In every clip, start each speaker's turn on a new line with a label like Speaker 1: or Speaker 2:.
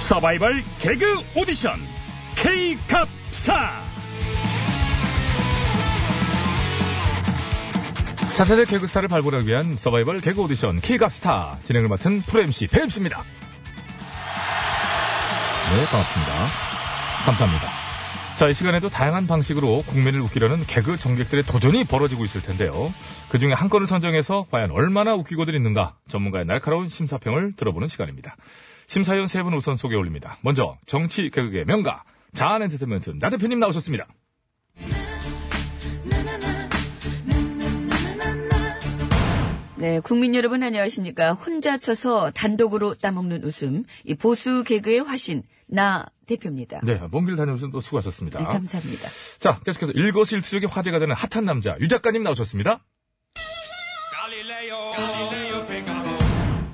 Speaker 1: 서바이벌 개그 오디션 K캅스타
Speaker 2: 차세대 개그스타를 발굴하기 위한 서바이벌 개그 오디션 K갑스타 진행을 맡은 프로 MC 배임씨입니다. 네, 반갑습니다. 감사합니다. 자, 이 시간에도 다양한 방식으로 국민을 웃기려는 개그 정객들의 도전이 벌어지고 있을 텐데요. 그 중에 한 건을 선정해서 과연 얼마나 웃기고들 있는가 전문가의 날카로운 심사평을 들어보는 시간입니다. 심사위원 세 분 우선 소개 올립니다. 먼저 정치 개그의 명가 자한 엔터테인먼트 나 대표님 나오셨습니다.
Speaker 3: 네, 국민 여러분 안녕하십니까. 혼자 쳐서 단독으로 따먹는 웃음, 이 보수 개그의 화신, 나 대표입니다.
Speaker 2: 네, 먼 길 다녀오신 또 수고하셨습니다.
Speaker 3: 네, 감사합니다.
Speaker 2: 자, 계속해서 일거수일투족의 화제가 되는 핫한 남자 유 작가님 나오셨습니다.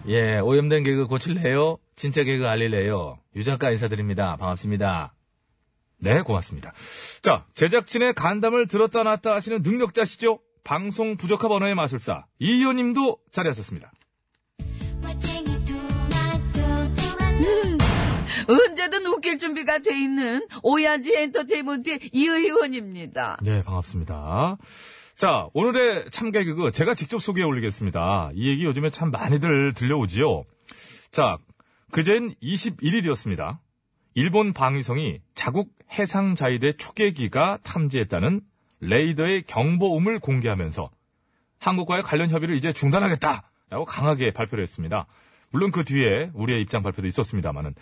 Speaker 4: 예, 오염된 개그 고칠래요? 진짜 개그 알릴래요? 유작가 인사드립니다. 반갑습니다.
Speaker 2: 네, 고맙습니다. 자, 제작진의 간담을 들었다 놨다 하시는 능력자시죠? 방송 부적합 언어의 마술사 이 의원님도 자리하셨습니다.
Speaker 3: 음, 언제든 웃길 준비가 돼 있는 오야지 엔터테인먼트의 이 의원입니다.
Speaker 2: 네, 반갑습니다. 자, 오늘의 참개 그거 제가 직접 소개해 올리겠습니다. 이 얘기 요즘에 참 많이들 들려오지요. 자, 그젠 21일이었습니다. 일본 방위성이 자국 해상자위대 초계기가 탐지했다는 레이더의 경보음을 공개하면서 한국과의 관련 협의를 이제 중단하겠다라고 강하게 발표를 했습니다. 물론 그 뒤에 우리의 입장 발표도 있었습니다만은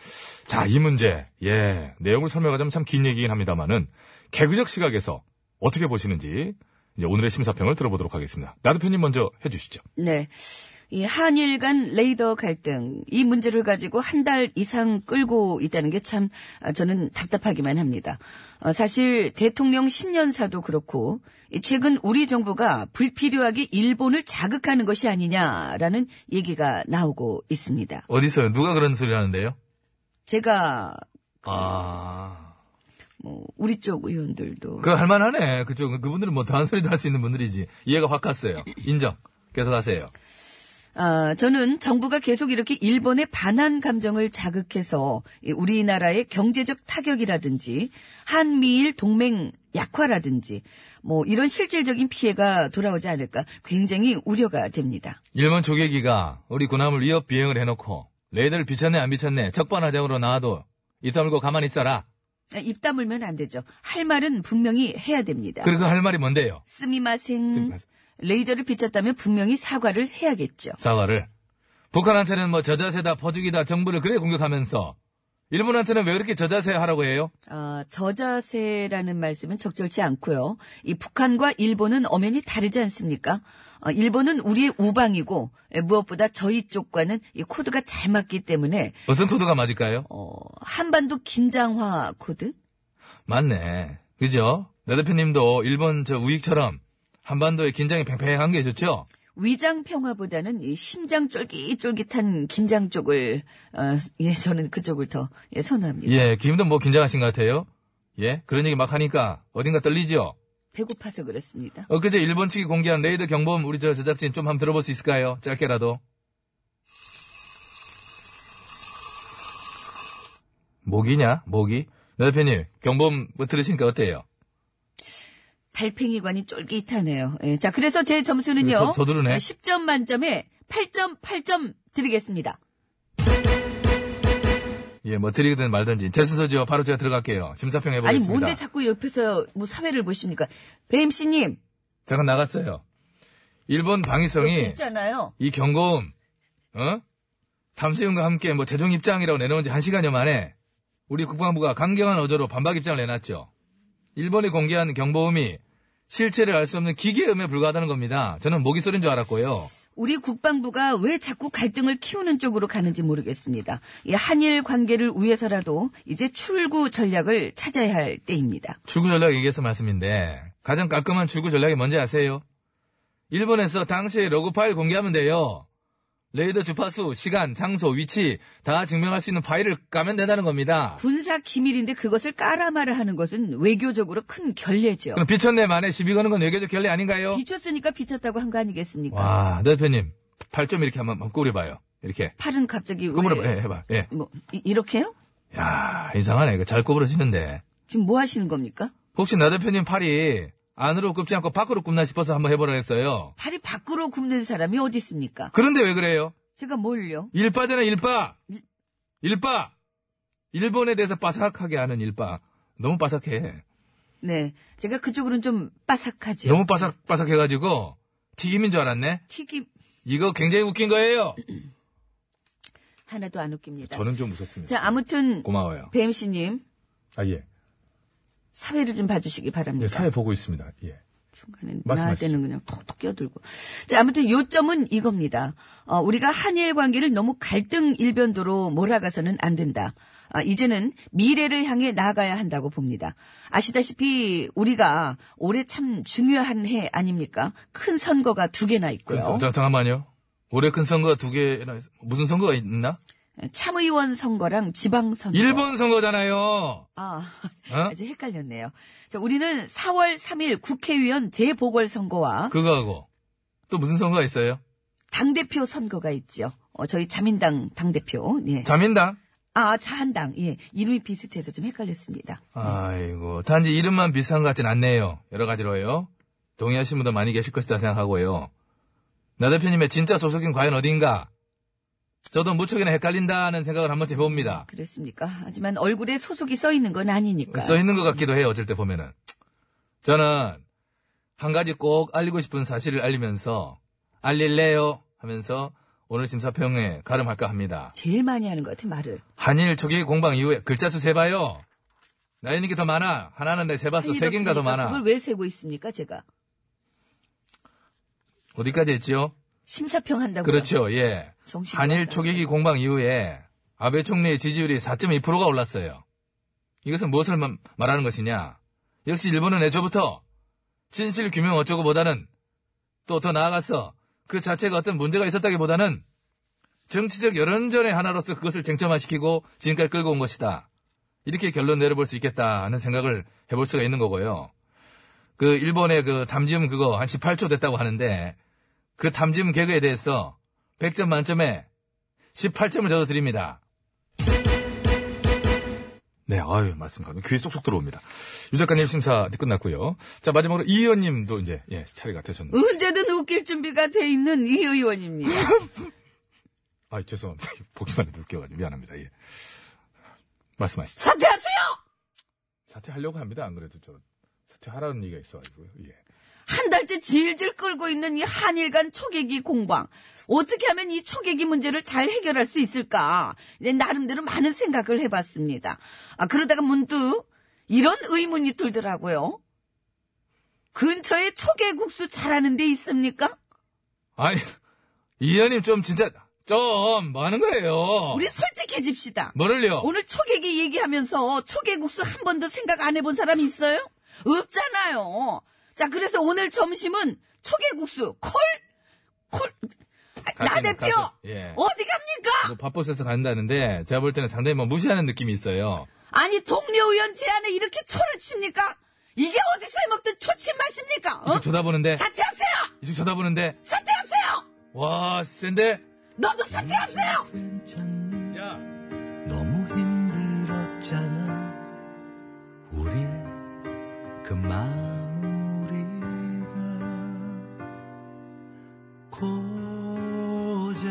Speaker 2: 자, 이 문제. 예. 내용을 설명하자면 참 긴 얘기긴 합니다만은 개그적 시각에서 어떻게 보시는지 이제 오늘의 심사평을 들어보도록 하겠습니다. 나도편님 먼저 해 주시죠.
Speaker 3: 네. 이 한일 간 레이더 갈등, 이 문제를 가지고 한 달 이상 끌고 있다는 게 참, 아, 저는 답답하기만 합니다. 어, 사실 대통령 신년사도 그렇고, 이 최근 우리 정부가 불필요하게 일본을 자극하는 것이 아니냐라는 얘기가 나오고 있습니다.
Speaker 4: 어디서요? 누가 그런 소리 하는데요?
Speaker 3: 제가,
Speaker 4: 아,
Speaker 3: 뭐, 우리 쪽 의원들도.
Speaker 4: 그거 할만하네. 그쪽, 그분들은 뭐 다른 소리도 할 수 있는 분들이지. 이해가 확 갔어요. 인정. 계속하세요.
Speaker 3: 아, 저는 정부가 계속 이렇게 일본의 반한 감정을 자극해서 이 우리나라의 경제적 타격이라든지 한미일 동맹 약화라든지 뭐 이런 실질적인 피해가 돌아오지 않을까 굉장히 우려가 됩니다.
Speaker 4: 일본 조개기가 우리 군함을 위협 비행을 해놓고 레이더를 비쳤네 안 비쳤네 적반하장으로 나와도 입 다물고 가만히 있어라.
Speaker 3: 아, 입 다물면 안 되죠. 할 말은 분명히 해야 됩니다.
Speaker 4: 그리고 할 말이 뭔데요?
Speaker 3: 스미마생.
Speaker 2: 스미마셍.
Speaker 3: 레이저를 비쳤다면 분명히 사과를 해야겠죠.
Speaker 4: 사과를. 북한한테는 뭐 저자세다 퍼주기다 정부를 그래 공격하면서 일본한테는 왜 그렇게 저자세 하라고 해요?
Speaker 3: 아, 저자세라는 말씀은 적절치 않고요. 이 북한과 일본은 엄연히 다르지 않습니까? 어, 일본은 우리의 우방이고 에, 무엇보다 저희 쪽과는 이 코드가 잘 맞기 때문에
Speaker 4: 어떤 코드가 맞을까요?
Speaker 3: 어, 한반도 긴장화 코드?
Speaker 4: 맞네. 그죠? 나 대표님도 일본 저 우익처럼 한반도의 긴장이 팽팽한 게 좋죠?
Speaker 3: 위장 평화보다는 이 심장 쫄깃쫄깃한 긴장 쪽을 어, 예 저는 그쪽을 더 예, 선호합니다.
Speaker 4: 예, 김도 뭐 긴장하신 것 같아요? 예? 그런 얘기 막 하니까 어딘가 떨리죠?
Speaker 3: 배고파서 그렇습니다.
Speaker 4: 엊그제 일본 측이 공개한 레이더 경보음 우리 저 제작진 좀 한번 들어볼 수 있을까요? 짧게라도. 모기냐? 모기? 나 대표님, 경보음 뭐 들으시니까 어때요?
Speaker 3: 달팽이관이 쫄깃하네요. 예, 자, 그래서 제 점수는요. 예,
Speaker 4: 서- 서두르네.
Speaker 3: 10점 만점에 8.8점 드리겠습니다.
Speaker 4: 예, 뭐 드리든 말든지. 제 순서죠. 바로 제가 들어갈게요. 심사평
Speaker 3: 아니,
Speaker 4: 해보겠습니다.
Speaker 3: 뭔데 자꾸 옆에서 뭐 사회를 보십니까? 배임씨님,
Speaker 4: 잠깐 나갔어요. 일본 방위성이
Speaker 3: 있잖아요.
Speaker 4: 이 경고음, 어? 탐세윤과 함께 뭐 재정 입장이라고 내놓은 지 한 시간여 만에 우리 국방부가 강경한 어조로 반박 입장을 내놨죠. 일본이 공개한 경보음이 실체를 알 수 없는 기계음에 불과하다는 겁니다. 저는 모기 소린 줄 알았고요.
Speaker 3: 우리 국방부가 왜 자꾸 갈등을 키우는 쪽으로 가는지 모르겠습니다. 이 한일 관계를 위해서라도 이제 출구 전략을 찾아야 할 때입니다.
Speaker 4: 출구 전략 얘기해서 말씀인데 가장 깔끔한 출구 전략이 뭔지 아세요? 일본에서 당시의 로그 파일 공개하면 돼요. 레이더 주파수, 시간, 장소, 위치 다 증명할 수 있는 파일을 까면 된다는 겁니다.
Speaker 3: 군사 기밀인데 그것을 까라마라 하는 것은 외교적으로 큰 결례죠.
Speaker 4: 그럼 비천내 만에 시비 거는 건 외교적 결례 아닌가요?
Speaker 3: 비쳤으니까 비쳤다고 한 거 아니겠습니까?
Speaker 4: 와, 네, 대표님. 팔 좀 이렇게 한번 꾸려봐요. 이렇게.
Speaker 3: 팔은 갑자기 왜
Speaker 4: 꾸물어 봐. 예, 해봐. 예.
Speaker 3: 뭐 이, 렇게요
Speaker 4: 야 이상하네. 이거 잘 구부러지는데.
Speaker 3: 지금 뭐 하시는 겁니까?
Speaker 4: 혹시 나 대표님 팔이 안으로 굽지 않고 밖으로 굽나 싶어서 한번 해보라 했어요.
Speaker 3: 팔이 밖으로 굽는 사람이 어디 있습니까?
Speaker 4: 그런데 왜 그래요?
Speaker 3: 제가 뭘요?
Speaker 4: 일빠잖아, 일빠! 일빠! 일본에 대해서 바삭하게 하는 일빠. 너무 바삭해.
Speaker 3: 네, 제가 그쪽으로는 좀 바삭하지요.
Speaker 4: 너무 바삭바삭해가지고 튀김인 줄 알았네?
Speaker 3: 튀김
Speaker 4: 이거 굉장히 웃긴 거예요.
Speaker 3: 하나도 안 웃깁니다.
Speaker 5: 저는 좀 무섭습니다.
Speaker 3: 자, 아무튼
Speaker 4: 고마워요.
Speaker 3: 배임 씨님
Speaker 5: 아, 예.
Speaker 3: 사회를 좀 봐주시기
Speaker 5: 예,
Speaker 3: 바랍니다.
Speaker 5: 사회 보고 있습니다. 예.
Speaker 3: 중간에 나할
Speaker 5: 말씀하시죠.
Speaker 3: 때는 그냥 톡톡 끼어들고. 자, 아무튼 요점은 이겁니다. 어, 우리가 한일 관계를 너무 갈등 일변도로 몰아가서는 안 된다. 아, 이제는 미래를 향해 나아가야 한다고 봅니다. 아시다시피 우리가 올해 참 중요한 해 아닙니까? 큰 선거가 두 개나 있고요.
Speaker 4: 자, 잠깐만요. 올해 큰 선거 두 개나, 있- 무슨 선거가 있나?
Speaker 3: 참의원 선거랑 지방선거.
Speaker 4: 일본 선거잖아요.
Speaker 3: 아,
Speaker 4: 어?
Speaker 3: 아직 헷갈렸네요. 자, 우리는 4월 3일 국회의원 재보궐선거와
Speaker 4: 그거하고. 또 무슨 선거가 있어요?
Speaker 3: 당대표 선거가 있지요. 어, 저희 자민당 당대표. 네.
Speaker 4: 자민당?
Speaker 3: 아, 자한당. 예. 이름이 비슷해서 좀 헷갈렸습니다.
Speaker 4: 아이고, 단지 이름만 비슷한 것 같진 않네요. 여러 가지로요. 동의하신 분도 많이 계실 것이다 생각하고요. 나 대표님의 진짜 소속인 과연 어딘가? 저도 무척이나 헷갈린다는 생각을 한번 해봅니다.
Speaker 3: 그랬습니까? 하지만 얼굴에 소속이 써 있는 건 아니니까.
Speaker 4: 그러니까. 써 있는 것 같기도 해요, 어쩔 때 보면은. 저는 한 가지 꼭 알리고 싶은 사실을 알리면서, 알릴래요? 하면서 오늘 심사평에 가름할까 합니다.
Speaker 3: 제일 많이 하는 것 같아, 말을.
Speaker 4: 한일 초기 공방 이후에 글자 수 세봐요. 나 있는 게 더 많아. 하나는 내가 세봤어. 세 개인가 더
Speaker 3: 없으니까
Speaker 4: 많아.
Speaker 3: 네, 그걸 왜 세고 있습니까, 제가?
Speaker 4: 어디까지 했지요?
Speaker 3: 심사평 한다고.
Speaker 4: 그렇죠, 예.
Speaker 3: 정신
Speaker 4: 한일
Speaker 3: 나간다.
Speaker 4: 초계기 공방 이후에 아베 총리의 지지율이 4.2%가 올랐어요. 이것은 무엇을 마- 말하는 것이냐? 역시 일본은 애초부터 진실 규명 어쩌고보다는 또 더 나아가서 그 자체가 어떤 문제가 있었다기보다는 정치적 여론전의 하나로서 그것을 쟁점화시키고 지금까지 끌고 온 것이다. 이렇게 결론 내려볼 수 있겠다 하는 생각을 해볼 수가 있는 거고요. 그 일본의 그 담지음 그거 한 18초 됐다고 하는데 그 담지음 개그에 대해서 100점 만점에 18점을 저도 드립니다.
Speaker 5: 네, 아유, 말씀 가면 귀에 쏙쏙 들어옵니다. 유 작가님 심사 이제 끝났고요. 자, 마지막으로 이 의원님도 이제, 예, 차례가 되셨네요.
Speaker 3: 언제든 웃길 준비가 돼 있는 이 의원입니다.
Speaker 5: 아, 죄송합니다. 보기만 해도 웃겨가지고 미안합니다. 예. 말씀하시죠.
Speaker 3: 사퇴하세요!
Speaker 5: 사퇴하려고 합니다. 안 그래도 저 사퇴하라는 얘기가 있어가지고요. 예.
Speaker 3: 한 달째 질질 끌고 있는 이 한일 간 초계기 공방. 어떻게 하면 이 초계기 문제를 잘 해결할 수 있을까? 네, 나름대로 많은 생각을 해봤습니다. 아, 그러다가 문득 이런 의문이 들더라고요. 근처에 초계국수 잘하는 데 있습니까?
Speaker 4: 아니, 이 의원님 좀 진짜, 좀, 뭐 하는 거예요?
Speaker 3: 우리 솔직해집시다.
Speaker 4: 뭐를요?
Speaker 3: 오늘 초계기 얘기하면서 초계국수 한 번도 생각 안 해본 사람 있어요? 없잖아요. 자, 그래서 오늘 점심은 초계국수 콜? 콜? 아, 나
Speaker 4: 가시네,
Speaker 3: 대표!
Speaker 4: 가셔. 예.
Speaker 3: 어디 갑니까?
Speaker 4: 뭐 바빠서 간다는데, 제가 볼 때는 상당히 뭐 무시하는 느낌이 있어요.
Speaker 3: 아니, 동료 의원 제안에 이렇게 초를 칩니까? 이게 어디서 해먹던 초침 맛입니까? 어?
Speaker 4: 이쪽 쳐다보는데,
Speaker 3: 사퇴하세요!
Speaker 4: 이쪽 쳐다보는데,
Speaker 3: 사퇴하세요!
Speaker 4: 와, 센데?
Speaker 3: 너도 사퇴하세요!
Speaker 6: 괜찮니?
Speaker 4: 야,
Speaker 6: 너무 힘들었잖아. 우리 그 마무리가 고작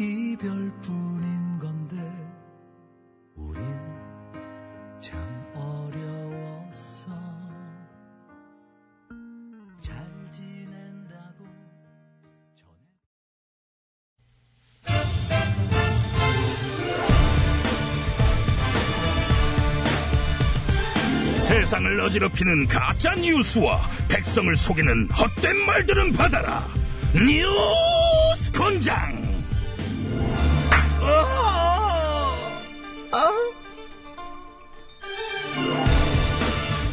Speaker 6: 이별뿐인 건데 우린 참 어려웠어. 잘 지낸다고 전해.
Speaker 1: 세상을 어지럽히는 가짜 뉴스와 백성을 속이는 헛된 말들은 받아라. 뉴스 권장.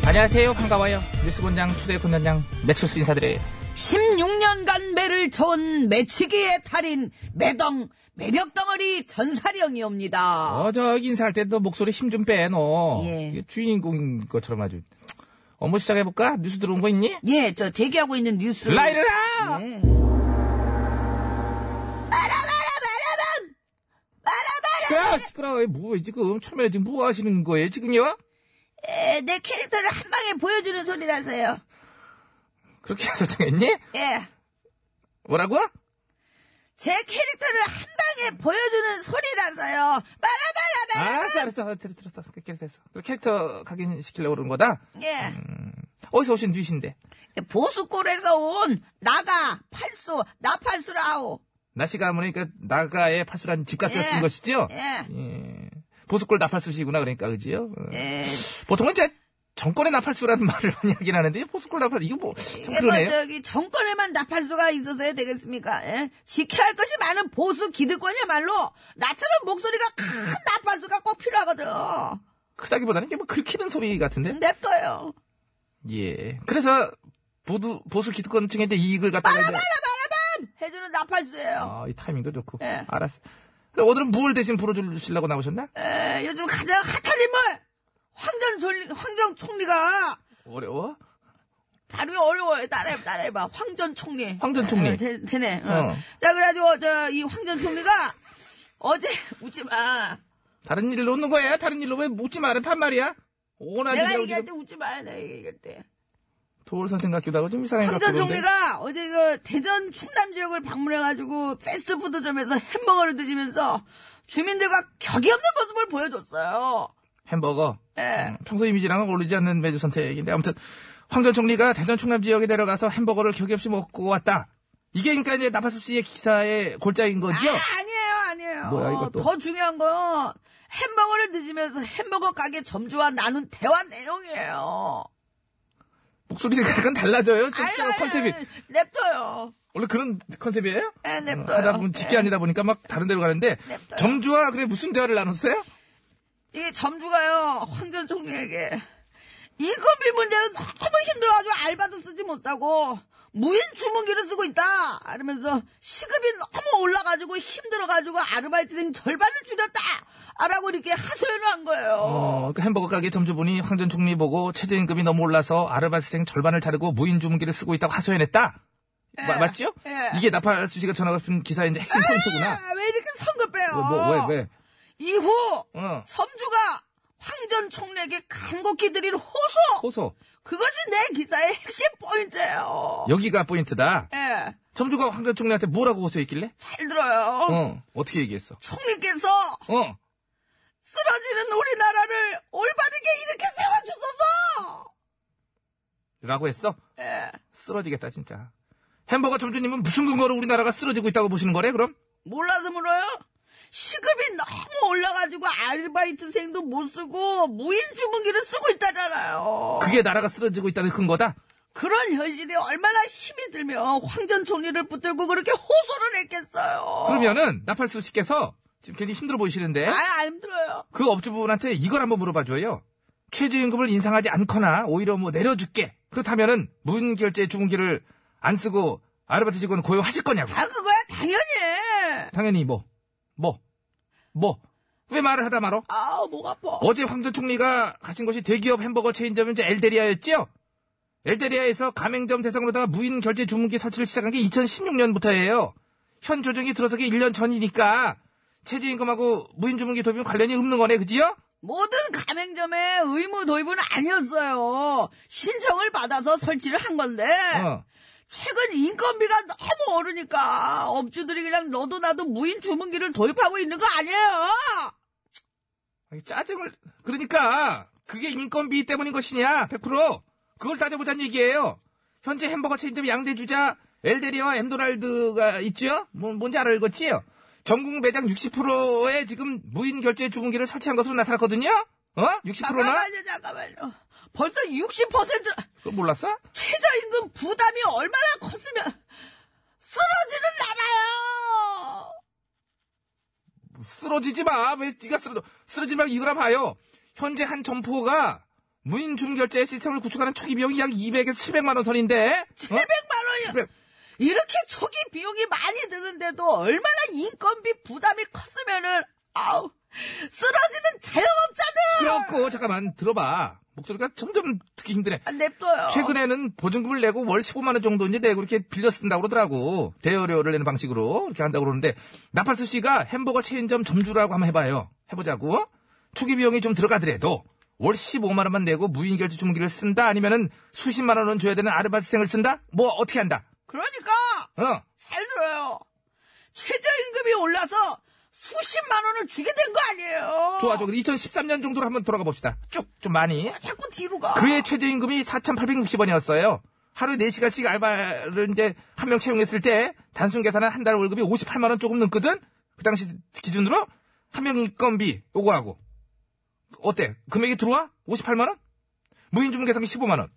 Speaker 7: 안녕하세요. 반가워요. 뉴스본장 초대 본단장 매출수 인사드려요.
Speaker 3: 16년간 매를 전 매치기의 달인 매덩 매력덩어리 전사령이옵니다.
Speaker 7: 어, 저기 인사할 때도 목소리 힘 좀 빼너.
Speaker 3: 예.
Speaker 7: 이게 주인공인 것처럼 아주. 업무 시작해볼까? 뉴스 들어온 거 있니?
Speaker 3: 예, 저 대기하고 있는 뉴스.
Speaker 7: 라이를
Speaker 3: 예.
Speaker 7: 라
Speaker 3: 말아, 말아, 말아,
Speaker 7: 야,
Speaker 4: 아, 시끄러워. 뭐, 지금, 초면에 지금 뭐 하시는 거예요, 지금요?
Speaker 3: 예, 내 캐릭터를 한 방에 보여주는 소리라서요.
Speaker 4: 그렇게 설정했니?
Speaker 3: 예.
Speaker 4: 뭐라고?
Speaker 3: 제 캐릭터를 한 방에 보여주는 소리라서요. 말아, 말아, 말아.
Speaker 4: 알았어, 알았어. 들었어, 들었어. 그렇게 됐어. 캐릭터 각인시키려고 그러는 거다?
Speaker 7: 아.
Speaker 3: 예.
Speaker 4: 어디서 오신 뉴신데?
Speaker 3: 보수골에서 온 나가, 팔수, 나팔수라오.
Speaker 4: 나시가 아무니까 나가의 팔수라는 집 같은
Speaker 3: 예.
Speaker 4: 쓴 것이죠?
Speaker 3: 예.
Speaker 4: 예. 보수골 나팔수시구나, 그러니까, 그지요? 어.
Speaker 3: 예.
Speaker 4: 보통은 이제 정권의 나팔수라는 말을 많이 하긴 하는데, 보수골 나팔수, 이거 뭐, 참
Speaker 3: 이게 뭐
Speaker 4: 그러네요.
Speaker 3: 저기 정권에만 나팔수가 있어서야 되겠습니까? 예? 지켜야 할 것이 많은 보수 기득권이야말로 나처럼 목소리가 큰 나팔수가 꼭 필요하거든.
Speaker 4: 크다기보다는 이게 뭐 긁히는 소리 같은데?
Speaker 3: 냅둬요.
Speaker 4: 예. 그래서, 보수, 보수 기득권층에 이제 이익을 갖다. 가
Speaker 3: 해주는 나팔수예요.
Speaker 4: 아, 이 타이밍도 좋고.
Speaker 3: 예.
Speaker 4: 알았어. 그럼 오늘은 무얼 대신 불어주시려고 나오셨나?
Speaker 3: 에, 예, 요즘 가장 핫한 인물 황전 솔리, 황전 총리가
Speaker 4: 어려워?
Speaker 3: 발음이 어려워요. 따라해봐, 따라해봐. 황전 총리.
Speaker 4: 황전 총리.
Speaker 3: 어, 되, 되네. 어.
Speaker 4: 어.
Speaker 3: 자, 그래가지고, 저, 이 황전 총리가 어제, 웃지 마.
Speaker 4: 다른 일을 놓는 거야? 다른 일로 왜 묻지 마라, 판말이야? 오나
Speaker 3: 내가
Speaker 4: 지금
Speaker 3: 얘기할 때 웃지 마. 내가 얘기할 때.
Speaker 4: 돌 선생 같기도 하고 좀 이상해
Speaker 3: 황전
Speaker 4: 갖고 그러는데.
Speaker 3: 총리가 어제 그 대전 충남 지역을 방문해가지고 패스트푸드점에서 햄버거를 드시면서 주민들과 격이 없는 모습을 보여줬어요.
Speaker 4: 햄버거.
Speaker 3: 예.
Speaker 4: 음, 평소 이미지랑은 어울리지 않는 메뉴 선택인데 아무튼 황 전 총리가 대전 충남 지역에 내려가서 햄버거를 격이 없이 먹고 왔다. 이게 그러니까 이제 나파섭 씨의 기사의 골자인 거죠?
Speaker 3: 아, 아니에요, 아니에요.
Speaker 4: 뭐야, 이것도?
Speaker 3: 더 중요한 건 햄버거를 드시면서 햄버거 가게 점주와 나눈 대화 내용이에요.
Speaker 4: 목소리 생각은 달라져요. 지금
Speaker 3: 아유, 아유,
Speaker 4: 컨셉이
Speaker 3: 아유, 냅둬요.
Speaker 4: 원래 그런 컨셉이에요?
Speaker 3: 예, 냅둬요.
Speaker 4: 음, 하다 보면 직계 아니다 보니까 막 다른 데로 가는데
Speaker 3: 냅둬요.
Speaker 4: 점주와 그래 무슨 대화를 나눴어요?
Speaker 3: 예. 이게 점주가요, 황전 총리에게. 인건비 문제로 너무 힘들어가지고 알바도 쓰지 못하고, 무인 주문기를 쓰고 있다! 이러면서 시급이 너무 올라가지고 힘들어가지고 아르바이트생 절반을 줄였다! 라고 이렇게 하소연을 한 거예요.
Speaker 4: 어, 그 햄버거 가게 점주분이 황 전 총리 보고 최저임금이 너무 올라서 아르바이트생 절반을 자르고 무인 주문기를 쓰고 있다고 하소연했다. 마- 맞죠?
Speaker 3: 예.
Speaker 4: 이게 나팔수 씨가 전화가 픈 기사의 이제 핵심 포인트구나.
Speaker 3: 아, 왜 이렇게 성급해요?
Speaker 4: 뭐, 왜, 왜?
Speaker 3: 이후
Speaker 4: 어.
Speaker 3: 점주가 황전 총리에게 간곡히 드린 호소
Speaker 4: 호소.
Speaker 3: 그것이 내 기사의 핵심 포인트예요.
Speaker 4: 여기가 포인트다.
Speaker 3: 예,
Speaker 4: 점주가 황 전 총리한테 뭐라고 호소했길래?
Speaker 3: 잘 들어요.
Speaker 4: 어, 어떻게 얘기했어?
Speaker 3: 총리께서
Speaker 4: 어.
Speaker 3: 쓰러지는 우리나라를 올바르게 일으켜 세워주소서.
Speaker 4: 라고 했어?
Speaker 3: 예,
Speaker 4: 쓰러지겠다, 진짜. 햄버거 점주님은 무슨 근거로 우리나라가 쓰러지고 있다고 보시는 거래, 그럼?
Speaker 3: 몰라서 물어요. 시급이 너무 올라가지고 아르바이트생도 못 쓰고 무인 주문기를 쓰고 있다잖아요.
Speaker 4: 그게 나라가 쓰러지고 있다는 근거다?
Speaker 3: 그런 현실이 얼마나 힘이 들면 황전 총리를 붙들고 그렇게 호소를 했겠어요.
Speaker 4: 그러면은, 나팔수 씨께서 지금 굉장히 힘들어 보이시는데.
Speaker 3: 아, 안 힘들어요.
Speaker 4: 그 업주분한테 이걸 한번 물어봐줘요. 최저임금을 인상하지 않거나 오히려 뭐 내려줄게. 그렇다면은 무인결제 주문기를 안 쓰고 아르바이트 직원 고용하실 거냐고.
Speaker 3: 아, 그거야, 당연히.
Speaker 4: 당연히 뭐, 뭐, 뭐. 왜 말을 하다 말어?
Speaker 3: 아우, 목 아파.
Speaker 4: 어제 황 전 총리가 가신 곳이 대기업 햄버거 체인점인 이제 엘데리아였지요? 엘데리아에서 가맹점 대상으로다가 무인 결제 주문기 설치를 시작한 게 2016년부터예요. 현 조정이 들어서기 1년 전이니까 최저임금하고 무인 주문기 도입은 관련이 없는 거네, 그지요?
Speaker 3: 모든 가맹점의 의무 도입은 아니었어요. 신청을 받아서 설치를 한 건데,
Speaker 4: 어.
Speaker 3: 최근 인건비가 너무 오르니까, 업주들이 그냥 너도 나도 무인 주문기를 도입하고 있는 거 아니에요?
Speaker 4: 아니, 짜증을 그러니까 그게 인건비 때문인 것이냐 100% 그걸 따져보자는 얘기예요 현재 햄버거 체인점 양대주자 엘데리와 엠도날드가 있죠 뭐, 뭔지 알겠지요 전국 매장 60%에 지금 무인 결제 주문기를 설치한 것으로 나타났거든요 어? 60%나?
Speaker 3: 잠깐만요, 잠깐만요. 벌써 60%
Speaker 4: 그걸 몰랐어?
Speaker 3: 최저임금 부담이 얼마나 컸으면, 쓰러지는
Speaker 4: 어?
Speaker 3: 나라요!
Speaker 4: 쓰러지지 마. 왜 네가 쓰러져? 쓰러지지 말고 이거나 봐요. 현재 한 점포가 무인 주문결제 시스템을 구축하는 초기 비용이 약 200에서 700만 원 선인데 어?
Speaker 3: 700만 원이요? 이렇게 초기 비용이 많이 드는데도 얼마나 인건비 부담이 컸으면은 아우 쓰러지는 자영업자들
Speaker 4: 그렇고 잠깐만 들어봐. 목소리가 점점 듣기 힘드네.
Speaker 3: 아, 냅둬요
Speaker 4: 최근에는 보증금을 내고 월 15만 원 정도 이제 내고 이렇게 빌려 쓴다고 그러더라고. 대여료를 내는 방식으로 이렇게 한다고 그러는데 나팔수 씨가 햄버거 체인점 점주라고 한번 해봐요. 해보자고. 초기 비용이 좀 들어가더라도 월 15만 원만 내고 무인결제 주문기를 쓴다 아니면은 수십만 원은 줘야 되는 아르바이트생을 쓴다? 뭐 어떻게 한다?
Speaker 8: 그러니까
Speaker 4: 어.
Speaker 8: 잘 들어요. 최저임금이 올라서 수십만 원을 주게 된 거 아니에요.
Speaker 4: 좋아, 좋아. 2013년 정도로 한번 돌아가 봅시다. 쭉, 좀 많이.
Speaker 8: 자꾸 뒤로 가.
Speaker 4: 그의 최저임금이 4,860원이었어요. 하루 4시간씩 알바를 이제 한 명 채용했을 때 단순 계산한 한 달 월급이 58만원 조금 넘거든? 그 당시 기준으로 한 명 인건비 요구하고. 어때? 금액이 들어와? 58만원? 무인주문 계산기 15만원.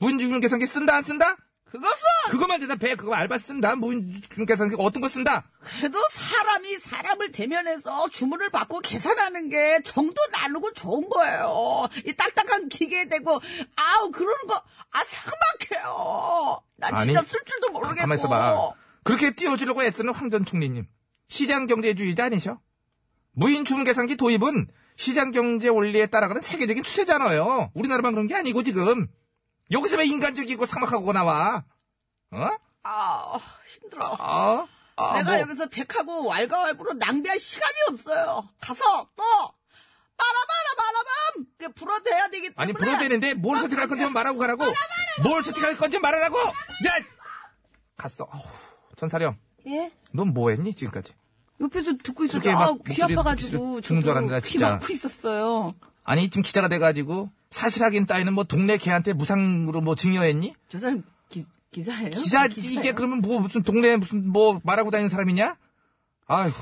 Speaker 4: 무인주문 계산기 쓴다, 안 쓴다?
Speaker 8: 그것은
Speaker 4: 그것만 대답해. 그거 알바 쓴다. 무인주문 계산기 어떤 거 쓴다?
Speaker 8: 그래도 사람이 사람을 대면해서 주문을 받고 계산하는 게 정도 나누고 좋은 거예요. 이 딱딱한 기계에 대고 아우 그러는 거 아 상막해요. 나 진짜
Speaker 4: 아니,
Speaker 8: 쓸 줄도 모르겠고.
Speaker 4: 가만
Speaker 8: 뭐.
Speaker 4: 있어봐. 그렇게 띄워주려고 애쓰는 황 전 총리님. 시장 경제주의자 아니셔? 무인 주문 계산기 도입은 시장 경제 원리에 따라가는 세계적인 추세잖아요. 우리나라만 그런 게 아니고 지금. 여기서 왜 인간적이고 상막하고 나와? 어?
Speaker 8: 아 힘들어.
Speaker 4: 어? 아,
Speaker 8: 내가
Speaker 4: 뭐.
Speaker 8: 여기서 택하고 왈가왈부로 낭비할 시간이 없어요. 가서 또 빠라바라바라밤 그 불어대야 되기 때문에
Speaker 4: 아니 불어대는데 뭘 선택할 건지 말하고 가라고. 뭘 선택할 건지 말하라고. 야! 갔어. 어후, 전사령.
Speaker 3: 예?
Speaker 4: 넌 뭐했니 지금까지?
Speaker 3: 옆에서 듣고 있었죠.
Speaker 4: 그렇게 막
Speaker 3: 아, 귀
Speaker 4: 목소리
Speaker 3: 아파가지고
Speaker 4: 죽는 줄 알았는데,
Speaker 3: 저도 귀
Speaker 4: 진짜.
Speaker 3: 막고 있었어요.
Speaker 4: 아니 지금 기자가 돼가지고 사실 확인 따위는 뭐 동네 개한테 무상으로 뭐 증여했니?
Speaker 3: 저 사람 기, 기사예요? 아,
Speaker 4: 기자
Speaker 3: 기사예요?
Speaker 4: 이게 그러면 뭐 무슨 동네 무슨 뭐 말하고 다니는 사람이냐? 아휴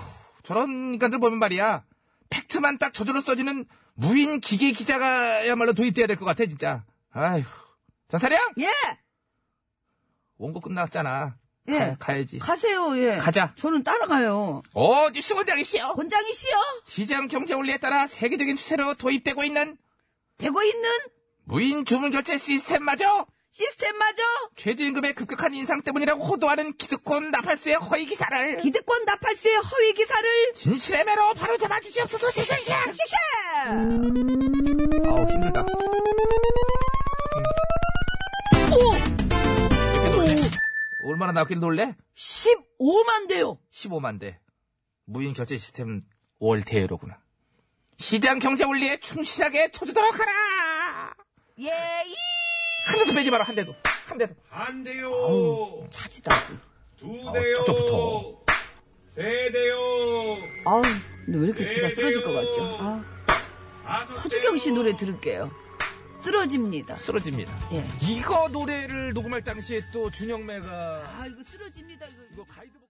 Speaker 4: 저런 인간들 보면 말이야 팩트만 딱 저절로 써지는 무인 기계 기자가야말로 도입돼야 될 것 같아 진짜. 아휴 전사량
Speaker 3: 예!
Speaker 4: 원고 끝났잖아.
Speaker 3: 예.
Speaker 4: 가, 가야지.
Speaker 3: 가세요, 예.
Speaker 4: 가자.
Speaker 3: 저는 따라가요.
Speaker 4: 어 뉴스 원장이시여.
Speaker 3: 권장이시여!
Speaker 4: 시장 경제 원리에 따라 세계적인 추세로 도입되고 있는
Speaker 3: 되고 있는
Speaker 4: 무인 주문 결제 시스템마저
Speaker 3: 시스템마저
Speaker 4: 최저임금의 급격한 인상 때문이라고 호도하는 기득권 나팔수의 허위
Speaker 3: 네.
Speaker 4: 기사를
Speaker 3: 기득권 나팔수의 허위 기사를
Speaker 4: 진실의 매로 바로 잡아주시옵소서 샤샤샤 아우 힘들다 오! 이렇게 놀래? 얼마나 나왔길 놀래?
Speaker 3: 15만 대요!
Speaker 4: 15만 대 무인 결제 시스템 월대회로구나 시장 경제 원리에 충실하게 쳐주도록 하라
Speaker 8: 예, 이
Speaker 4: 한 대도 빼지 마라 한 대도 한 대도
Speaker 9: 한 대요.
Speaker 3: 차지다.
Speaker 9: 두
Speaker 2: 아우,
Speaker 9: 대요.
Speaker 2: 저쪽부터.
Speaker 9: 세 대요.
Speaker 3: 아우, 근데 왜 이렇게 제가 쓰러질 것 같죠? 아,
Speaker 9: 다섯
Speaker 3: 서주경 씨
Speaker 9: 대요.
Speaker 3: 노래 들을게요. 쓰러집니다.
Speaker 4: 쓰러집니다
Speaker 3: 예.
Speaker 4: 이거 노래를 녹음할 당시에 또 준영매가
Speaker 3: 아, 이거 쓰러집니다. 이거.
Speaker 4: 이거 가이드북